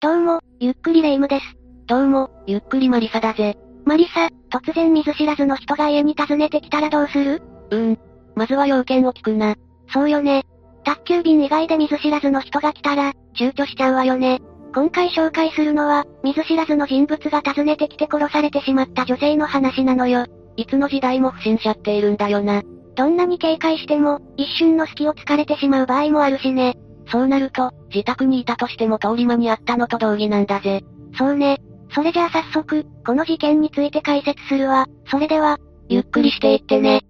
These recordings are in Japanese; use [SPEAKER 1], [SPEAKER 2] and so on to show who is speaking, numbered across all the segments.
[SPEAKER 1] どうも、ゆっくりレ夢ムです。
[SPEAKER 2] どうも、ゆっくりマリサだぜ。
[SPEAKER 1] マリサ、突然見ず知らずの人が家に訪ねてきたらどうする
[SPEAKER 2] うーん。まずは要件を聞くな。
[SPEAKER 1] そうよね。宅急便以外で見ず知らずの人が来たら、
[SPEAKER 2] 躊躇しちゃうわよね。
[SPEAKER 1] 今回紹介するのは、見ず知らずの人物が訪ねてきて殺されてしまった女性の話なのよ。
[SPEAKER 2] いつの時代も不審者っているんだよな。
[SPEAKER 1] どんなに警戒しても、一瞬の隙を突かれてしまう場合もあるしね。
[SPEAKER 2] そうなると、自宅にいたとしても通り魔にあったのと同義なんだぜ。
[SPEAKER 1] そうね。それじゃあ早速、この事件について解説するわ。それでは、
[SPEAKER 2] ゆっくりしていってね。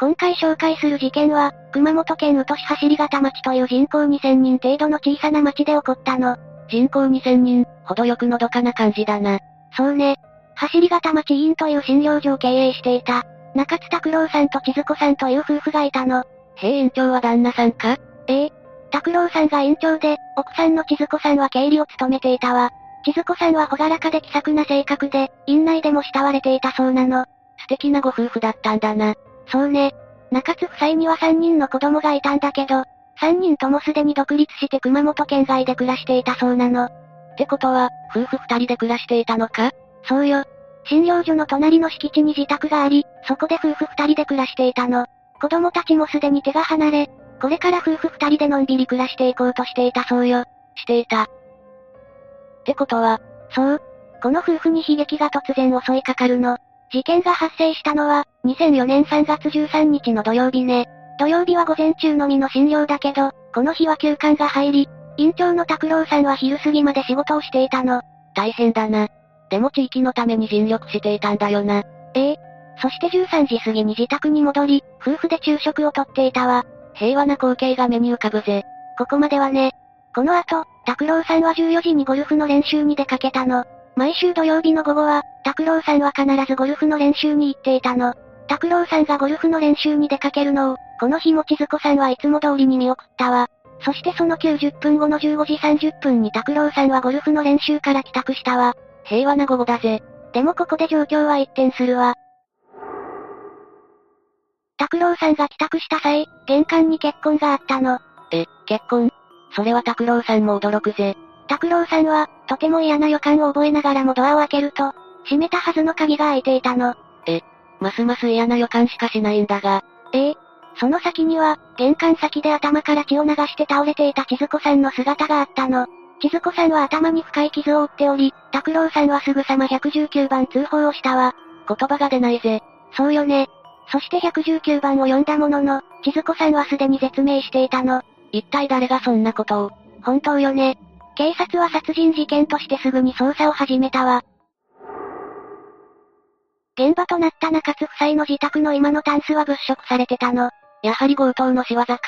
[SPEAKER 1] 今回紹介する事件は、熊本県宇土市走り方町という人口2000人程度の小さな町で起こったの。
[SPEAKER 2] 人口2000人、ほどよくのどかな感じだな。
[SPEAKER 1] そうね。走り方町委員という診療所を経営していた。中津拓郎さんと千鶴子さんという夫婦がいたの。
[SPEAKER 2] へえ、院長は旦那さんか
[SPEAKER 1] ええ。拓郎さんが院長で、奥さんの千鶴子さんは経理を務めていたわ。千鶴子さんは朗らかで気さくな性格で、院内でも慕われていたそうなの。
[SPEAKER 2] 素敵なご夫婦だったんだな。
[SPEAKER 1] そうね。中津夫妻には3人の子供がいたんだけど、3人ともすでに独立して熊本県外で暮らしていたそうなの。
[SPEAKER 2] ってことは、夫婦二人で暮らしていたのか
[SPEAKER 1] そうよ。診療所の隣の敷地に自宅があり、そこで夫婦二人で暮らしていたの。子供たちもすでに手が離れ、これから夫婦二人でのんびり暮らしていこうとしていたそうよ。
[SPEAKER 2] していた。ってことは、
[SPEAKER 1] そう。この夫婦に悲劇が突然襲いかかるの。事件が発生したのは、2004年3月13日の土曜日ね。土曜日は午前中のみの診療だけど、この日は休館が入り、院長の拓郎さんは昼過ぎまで仕事をしていたの。
[SPEAKER 2] 大変だな。でも地域のために尽力していたんだよな。
[SPEAKER 1] ええ。そして13時過ぎに自宅に戻り、夫婦で昼食をとっていたわ。
[SPEAKER 2] 平和な光景が目に浮かぶぜ。
[SPEAKER 1] ここまではね。この後、拓郎さんは14時にゴルフの練習に出かけたの。毎週土曜日の午後は、拓郎さんは必ずゴルフの練習に行っていたの。拓郎さんがゴルフの練習に出かけるのを、この日も千鶴子さんはいつも通りに見送ったわ。そしてその90分後の15時30分に拓郎さんはゴルフの練習から帰宅したわ。
[SPEAKER 2] 平和な午後だぜ。
[SPEAKER 1] でもここで状況は一転するわ。拓郎さんが帰宅した際、玄関に血痕があったの。
[SPEAKER 2] え、結婚それは拓郎さんも驚くぜ。
[SPEAKER 1] 拓郎さんは、とても嫌な予感を覚えながらもドアを開けると、閉めたはずの鍵が開いていたの。
[SPEAKER 2] ますます嫌な予感しかしないんだが、
[SPEAKER 1] ええ。その先には、玄関先で頭から血を流して倒れていた千鶴子さんの姿があったの。千鶴子さんは頭に深い傷を負っており、拓郎さんはすぐさま119番通報をしたわ。
[SPEAKER 2] 言葉が出ないぜ。
[SPEAKER 1] そうよね。そして119番を呼んだものの、千鶴子さんはすでに絶命していたの。
[SPEAKER 2] 一体誰がそんなことを。
[SPEAKER 1] 本当よね。警察は殺人事件としてすぐに捜査を始めたわ。現場となった中津夫妻の自宅の今のタンスは物色されてたの。
[SPEAKER 2] やはり強盗の仕業か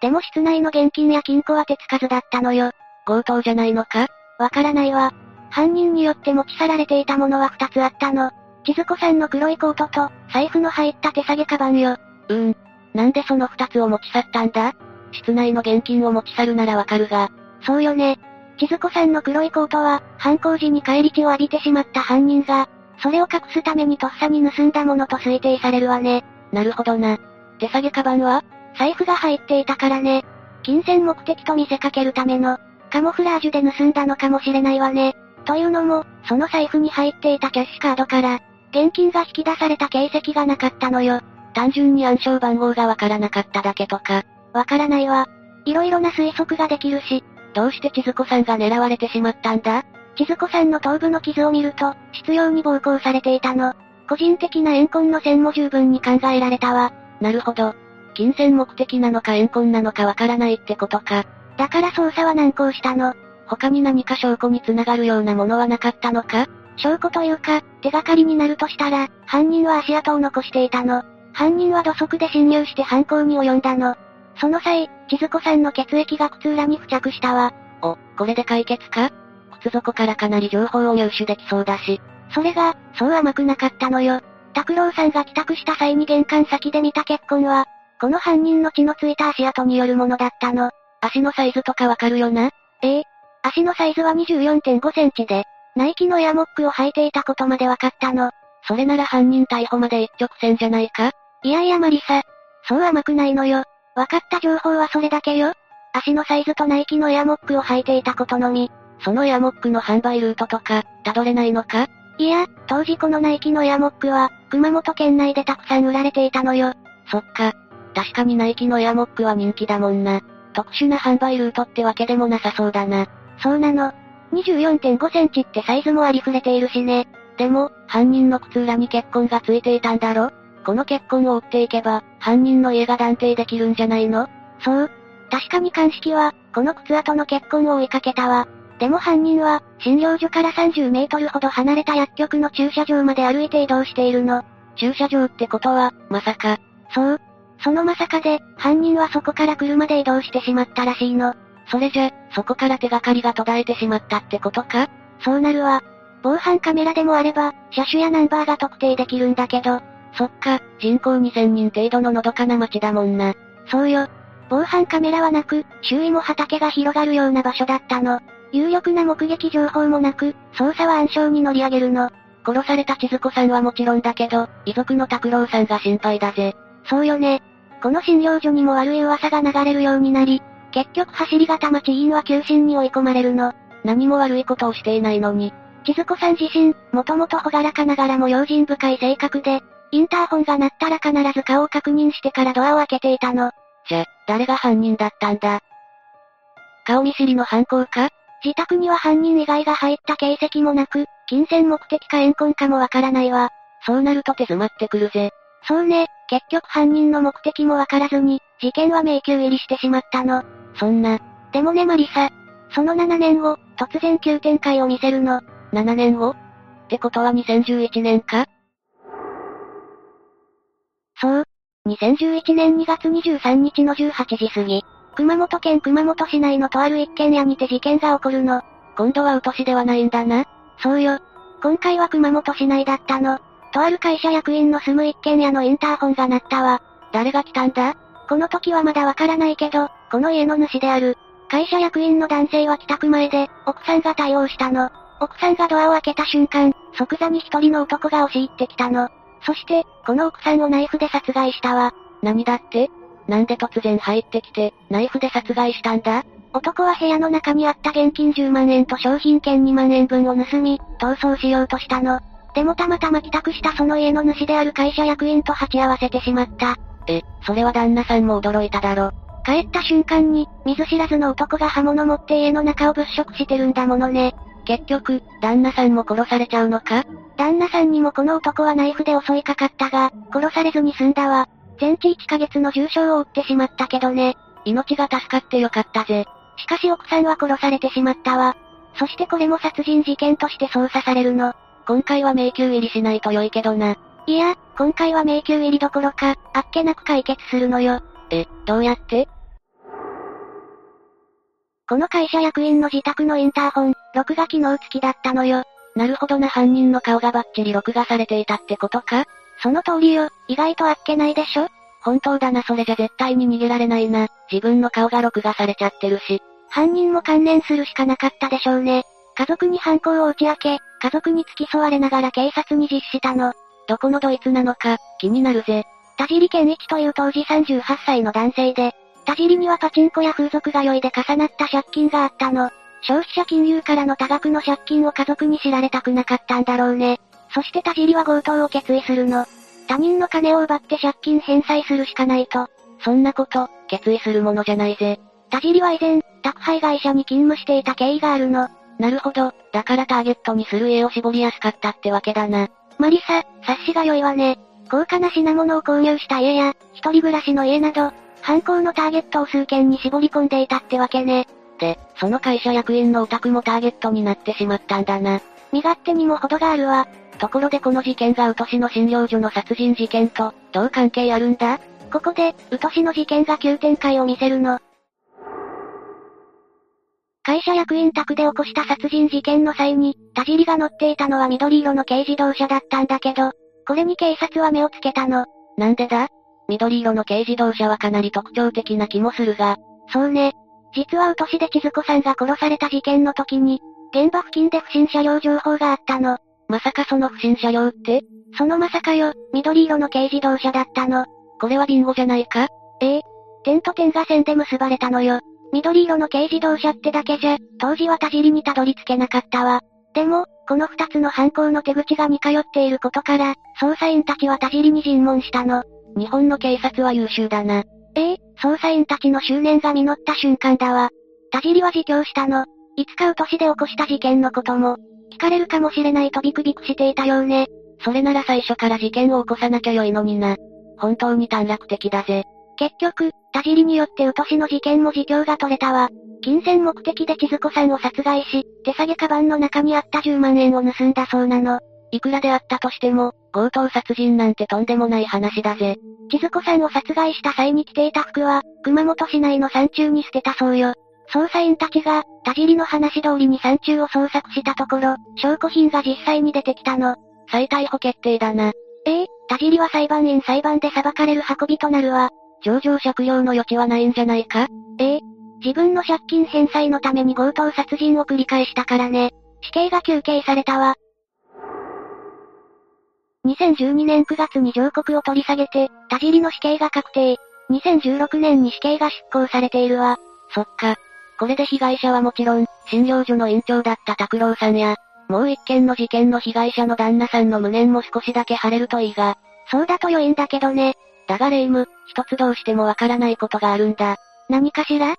[SPEAKER 1] でも室内の現金や金庫は手つかずだったのよ。
[SPEAKER 2] 強盗じゃないのか
[SPEAKER 1] わからないわ。犯人によって持ち去られていたものは2つあったの。千鶴子さんの黒いコートと、財布の入った手提げカバンよ。
[SPEAKER 2] うーん。なんでその二つを持ち去ったんだ室内の現金を持ち去るならわかるが、
[SPEAKER 1] そうよね。千鶴子さんの黒いコートは、犯行時に帰り血を浴びてしまった犯人が、それを隠すためにとっさに盗んだものと推定されるわね。
[SPEAKER 2] なるほどな。手提げカバンは
[SPEAKER 1] 財布が入っていたからね。金銭目的と見せかけるための、カモフラージュで盗んだのかもしれないわね。というのも、その財布に入っていたキャッシュカードから、現金が引き出された形跡がなかったのよ。
[SPEAKER 2] 単純に暗証番号がわからなかっただけとか、
[SPEAKER 1] わからないわ。いろいろな推測ができるし、
[SPEAKER 2] どうして千鶴子さんが狙われてしまったんだ
[SPEAKER 1] 千鶴子さんの頭部の傷を見ると、執拗に暴行されていたの。個人的な怨恨の線も十分に考えられたわ。
[SPEAKER 2] なるほど。金銭目的なのか怨恨なのかわからないってことか。
[SPEAKER 1] だから捜査は難航したの。
[SPEAKER 2] 他に何か証拠に繋がるようなものはなかったのか
[SPEAKER 1] 証拠というか、手がかりになるとしたら、犯人は足跡を残していたの。犯人は土足で侵入して犯行に及んだの。その際、千鶴子さんの血液が靴裏に付着したわ。
[SPEAKER 2] お、これで解決か靴底からかなり情報を入手できそうだし、
[SPEAKER 1] それが、そう甘くなかったのよ。拓郎さんが帰宅した際に玄関先で見た血痕は、この犯人の血のついた足跡によるものだったの。
[SPEAKER 2] 足のサイズとかわかるよな
[SPEAKER 1] ええ。足のサイズは24.5センチで、ナイキのエアモックを履いていたことまでわかったの。
[SPEAKER 2] それなら犯人逮捕まで一直線じゃないか
[SPEAKER 1] いやいやマリサ。そう甘くないのよ。わかった情報はそれだけよ。足のサイズとナイキのエアモックを履いていたことのみ。
[SPEAKER 2] そのエアモックの販売ルートとか、辿れないのか
[SPEAKER 1] いや、当時このナイキのエアモックは、熊本県内でたくさん売られていたのよ。
[SPEAKER 2] そっか。確かにナイキのエアモックは人気だもんな。特殊な販売ルートってわけでもなさそうだな。
[SPEAKER 1] そうなの。24.5センチってサイズもありふれているしね。
[SPEAKER 2] でも、犯人の靴裏に血痕がついていたんだろこの血痕を追っていけば、犯人の家が断定できるんじゃないの
[SPEAKER 1] そう。確かに鑑識は、この靴跡の血痕を追いかけたわ。でも犯人は、診療所から30メートルほど離れた薬局の駐車場まで歩いて移動しているの。
[SPEAKER 2] 駐車場ってことは、まさか。
[SPEAKER 1] そう。そのまさかで、犯人はそこから車で移動してしまったらしいの。
[SPEAKER 2] それじゃ、そこから手がかりが途絶えてしまったってことか
[SPEAKER 1] そうなるわ。防犯カメラでもあれば、車種やナンバーが特定できるんだけど。
[SPEAKER 2] そっか、人口2000人程度ののどかな町だもんな。
[SPEAKER 1] そうよ。防犯カメラはなく、周囲も畑が広がるような場所だったの。有力な目撃情報もなく、捜査は暗礁に乗り上げるの。
[SPEAKER 2] 殺された千鶴子さんはもちろんだけど、遺族の拓郎さんが心配だぜ。
[SPEAKER 1] そうよね。この診療所にも悪い噂が流れるようになり、結局走り方町委員は急進に追い込まれるの。
[SPEAKER 2] 何も悪いことをしていないのに。
[SPEAKER 1] 千鶴子さん自身、もともと朗らかながらも用心深い性格で、インターホンが鳴ったら必ず顔を確認してからドアを開けていたの。
[SPEAKER 2] じゃ、誰が犯人だったんだ顔見知りの犯行か
[SPEAKER 1] 自宅には犯人以外が入った形跡もなく、金銭目的か怨恨かもわからないわ。
[SPEAKER 2] そうなると手詰まってくるぜ。
[SPEAKER 1] そうね、結局犯人の目的もわからずに、事件は迷宮入りしてしまったの。
[SPEAKER 2] そんな。
[SPEAKER 1] でもねマリサ。その7年後、突然急展開を見せるの。
[SPEAKER 2] 7年後ってことは2011年か
[SPEAKER 1] そう。2011年2月23日の18時過ぎ、熊本県熊本市内のとある一軒家にて事件が起こるの。
[SPEAKER 2] 今度は宇土市ではないんだな。
[SPEAKER 1] そうよ。今回は熊本市内だったの。とある会社役員の住む一軒家のインターホンが鳴ったわ。
[SPEAKER 2] 誰が来たんだ
[SPEAKER 1] この時はまだわからないけど、この家の主である。会社役員の男性は帰宅前で、奥さんが対応したの。奥さんがドアを開けた瞬間、即座に一人の男が押し入ってきたの。そして、この奥さんをナイフで殺害したわ。
[SPEAKER 2] 何だってなんで突然入ってきて、ナイフで殺害したんだ
[SPEAKER 1] 男は部屋の中にあった現金10万円と商品券2万円分を盗み、逃走しようとしたの。でもたまたま帰宅したその家の主である会社役員と鉢合わせてしまった。
[SPEAKER 2] え、それは旦那さんも驚いただろ。
[SPEAKER 1] 帰った瞬間に、見ず知らずの男が刃物持って家の中を物色してるんだものね。
[SPEAKER 2] 結局、旦那さんも殺されちゃうのか
[SPEAKER 1] 旦那さんにもこの男はナイフで襲いかかったが、殺されずに済んだわ。全治1ヶ月の重傷を負ってしまったけどね。
[SPEAKER 2] 命が助かってよかったぜ。
[SPEAKER 1] しかし奥さんは殺されてしまったわ。そしてこれも殺人事件として捜査されるの。
[SPEAKER 2] 今回は迷宮入りしないと良いけどな。
[SPEAKER 1] いや、今回は迷宮入りどころか、あっけなく解決するのよ。
[SPEAKER 2] え、どうやって
[SPEAKER 1] この会社役員の自宅のインターホン、録画機能付きだったのよ。
[SPEAKER 2] なるほどな犯人の顔がバッチリ録画されていたってことか
[SPEAKER 1] その通りよ、意外とあっけないでしょ
[SPEAKER 2] 本当だなそれじゃ絶対に逃げられないな、自分の顔が録画されちゃってるし。
[SPEAKER 1] 犯人も関連するしかなかったでしょうね。家族に犯行を打ち明け、家族に付き添われながら警察に実施したの。
[SPEAKER 2] どこのドイツなのか、気になるぜ。
[SPEAKER 1] 田尻健一という当時38歳の男性で、田尻にはパチンコや風俗が酔いで重なった借金があったの。消費者金融からの多額の借金を家族に知られたくなかったんだろうね。そして田尻は強盗を決意するの。他人の金を奪って借金返済するしかないと。
[SPEAKER 2] そんなこと、決意するものじゃないぜ。
[SPEAKER 1] 田尻は以前、宅配会社に勤務していた経緯があるの。
[SPEAKER 2] なるほど、だからターゲットにする家を絞りやすかったってわけだな。
[SPEAKER 1] マリサ、察しが良いわね。高価な品物を購入した家や、一人暮らしの家など、犯行のターゲットを数件に絞り込んでいたってわけね。
[SPEAKER 2] で、その会社役員のお宅もターゲットになってしまったんだな。
[SPEAKER 1] 身勝手にも程があるわ。
[SPEAKER 2] ところでこの事件がウト市の診療所の殺人事件と、どう関係あるんだ
[SPEAKER 1] ここで、ウト市の事件が急展開を見せるの。会社役員宅で起こした殺人事件の際に、田尻が乗っていたのは緑色の軽自動車だったんだけど、これに警察は目をつけたの。
[SPEAKER 2] なんでだ緑色の軽自動車はかなり特徴的な気もするが。
[SPEAKER 1] そうね。実はウト市で千鶴子さんが殺された事件の時に、現場付近で不審車両情報があったの。
[SPEAKER 2] まさかその不審車両って
[SPEAKER 1] そのまさかよ、緑色の軽自動車だったの。
[SPEAKER 2] これはビンゴじゃないか
[SPEAKER 1] ええ。点と点が線で結ばれたのよ。緑色の軽自動車ってだけじゃ、当時は田尻にたどり着けなかったわ。でも、この二つの犯行の手口が似通っていることから、捜査員たちは田尻に尋問したの。
[SPEAKER 2] 日本の警察は優秀だな。
[SPEAKER 1] ええ捜査員たちの執念が実った瞬間だわ。田尻は自供したの。いつかう年で起こした事件のことも、聞かれるかもしれないとビクビクしていたようね。
[SPEAKER 2] それなら最初から事件を起こさなきゃよいのにな。本当に短絡的だぜ。
[SPEAKER 1] 結局、田尻によってうとしの事件も自供が取れたわ。金銭目的で千鶴子さんを殺害し、手下げカバンの中にあった10万円を盗んだそうなの。
[SPEAKER 2] いくらであったとしても、強盗殺人なんてとんでもない話だぜ。
[SPEAKER 1] 千鶴子さんを殺害した際に着ていた服は、熊本市内の山中に捨てたそうよ。捜査員たちが、田尻の話通りに山中を捜索したところ、証拠品が実際に出てきたの。
[SPEAKER 2] 再逮捕決定だな。
[SPEAKER 1] ええ、田尻は裁判員裁判で裁かれる運びとなるわ。
[SPEAKER 2] 上場借用の余地はないんじゃないか
[SPEAKER 1] ええ、自分の借金返済のために強盗殺人を繰り返したからね。死刑が求刑されたわ。2012年9月に上告を取り下げて、田尻の死刑が確定。2016年に死刑が執行されているわ。
[SPEAKER 2] そっか。これで被害者はもちろん、診療所の院長だった拓郎さんや、もう一件の事件の被害者の旦那さんの無念も少しだけ晴れるといいが。
[SPEAKER 1] そうだと良いんだけどね。
[SPEAKER 2] だがレイム、一つどうしてもわからないことがあるんだ。
[SPEAKER 1] 何かしら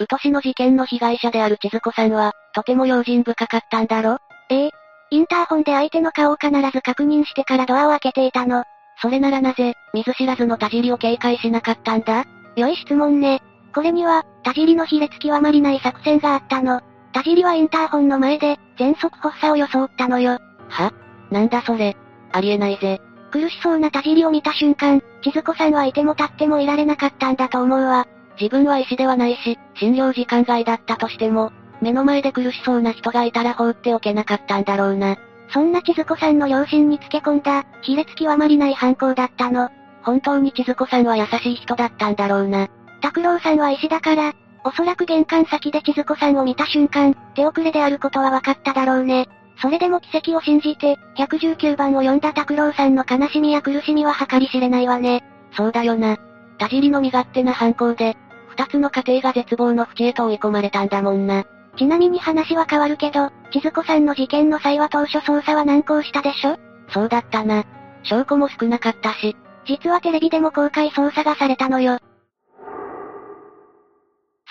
[SPEAKER 2] うとしの事件の被害者である千鶴子さんは、とても用心深かったんだろ
[SPEAKER 1] ええ。インターホンで相手の顔を必ず確認してからドアを開けていたの。
[SPEAKER 2] それならなぜ、見ず知らずの田尻を警戒しなかったんだ
[SPEAKER 1] 良い質問ね。これには、田尻の卑劣極まりない作戦があったの。田尻はインターホンの前で、全速発作を装ったのよ。
[SPEAKER 2] はなんだそれ。ありえないぜ。
[SPEAKER 1] 苦しそうな田尻を見た瞬間、千鶴子さんはいても立ってもいられなかったんだと思うわ。
[SPEAKER 2] 自分は医師ではないし、診療時間外だったとしても、目の前で苦しそうな人がいたら放っておけなかったんだろうな。
[SPEAKER 1] そんな千鶴子さんの両親につけ込んだ、卑劣極まりない犯行だったの。
[SPEAKER 2] 本当に千鶴子さんは優しい人だったんだろうな。
[SPEAKER 1] 拓郎さんは医師だから、おそらく玄関先で千鶴子さんを見た瞬間、手遅れであることは分かっただろうね。それでも奇跡を信じて、119番を呼んだ拓郎さんの悲しみや苦しみは計り知れないわね。
[SPEAKER 2] そうだよな。田尻の身勝手な犯行で、二つの家庭が絶望の淵へと追い込まれたんだもんな。
[SPEAKER 1] ちなみに話は変わるけど、千鶴子さんの事件の際は当初捜査は難航したでしょ
[SPEAKER 2] そうだったな。証拠も少なかったし。
[SPEAKER 1] 実はテレビでも公開捜査がされたのよ。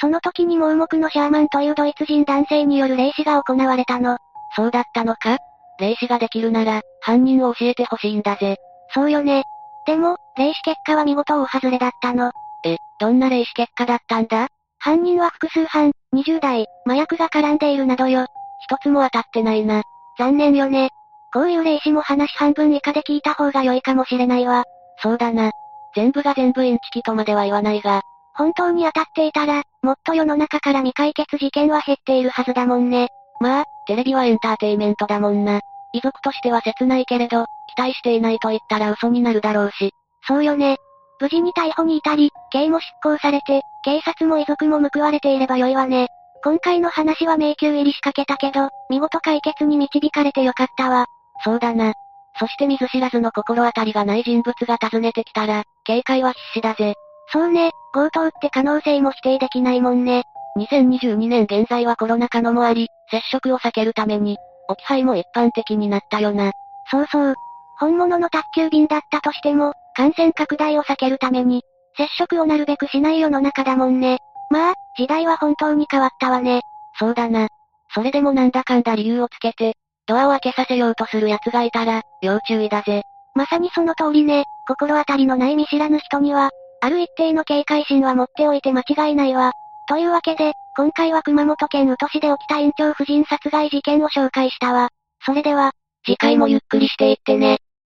[SPEAKER 1] その時に盲目のシャーマンというドイツ人男性による霊視が行われたの。
[SPEAKER 2] そうだったのか霊視ができるなら、犯人を教えてほしいんだぜ。
[SPEAKER 1] そうよね。でも、霊視結果は見事大外れだったの。
[SPEAKER 2] え、どんな霊視結果だったんだ
[SPEAKER 1] 犯人は複数犯、20代、麻薬が絡んでいるなどよ。
[SPEAKER 2] 一つも当たってないな。
[SPEAKER 1] 残念よね。こういう霊視も話半分以下で聞いた方が良いかもしれないわ。
[SPEAKER 2] そうだな。全部が全部インチキとまでは言わないが、
[SPEAKER 1] 本当に当たっていたら、もっと世の中から未解決事件は減っているはずだもんね。
[SPEAKER 2] まあ、テレビはエンターテイメントだもんな。遺族としては切ないけれど、期待していないと言ったら嘘になるだろうし。
[SPEAKER 1] そうよね。無事に逮捕に至り、刑も執行されて、警察も遺族も報われていれば良いわね。今回の話は迷宮入りしかけたけど、見事解決に導かれてよかったわ。
[SPEAKER 2] そうだな。そして見ず知らずの心当たりがない人物が訪ねてきたら、警戒は必至だぜ。
[SPEAKER 1] そうね、強盗って可能性も否定できないもんね。
[SPEAKER 2] 2022年現在はコロナ禍のもあり、接触を避けるために、置き配も一般的になったよな。
[SPEAKER 1] そうそう。本物の宅急便だったとしても、感染拡大を避けるために、接触をなるべくしない世の中だもんね。まあ、時代は本当に変わったわね。
[SPEAKER 2] そうだな。それでもなんだかんだ理由をつけて、ドアを開けさせようとする奴がいたら、要注意だぜ。
[SPEAKER 1] まさにその通りね、心当たりのない見知らぬ人には、ある一定の警戒心は持っておいて間違いないわ。というわけで、今回は熊本県宇都市で起きた院長婦人殺害事件を紹介したわ。それでは、
[SPEAKER 2] 次回もゆっくりしていってね。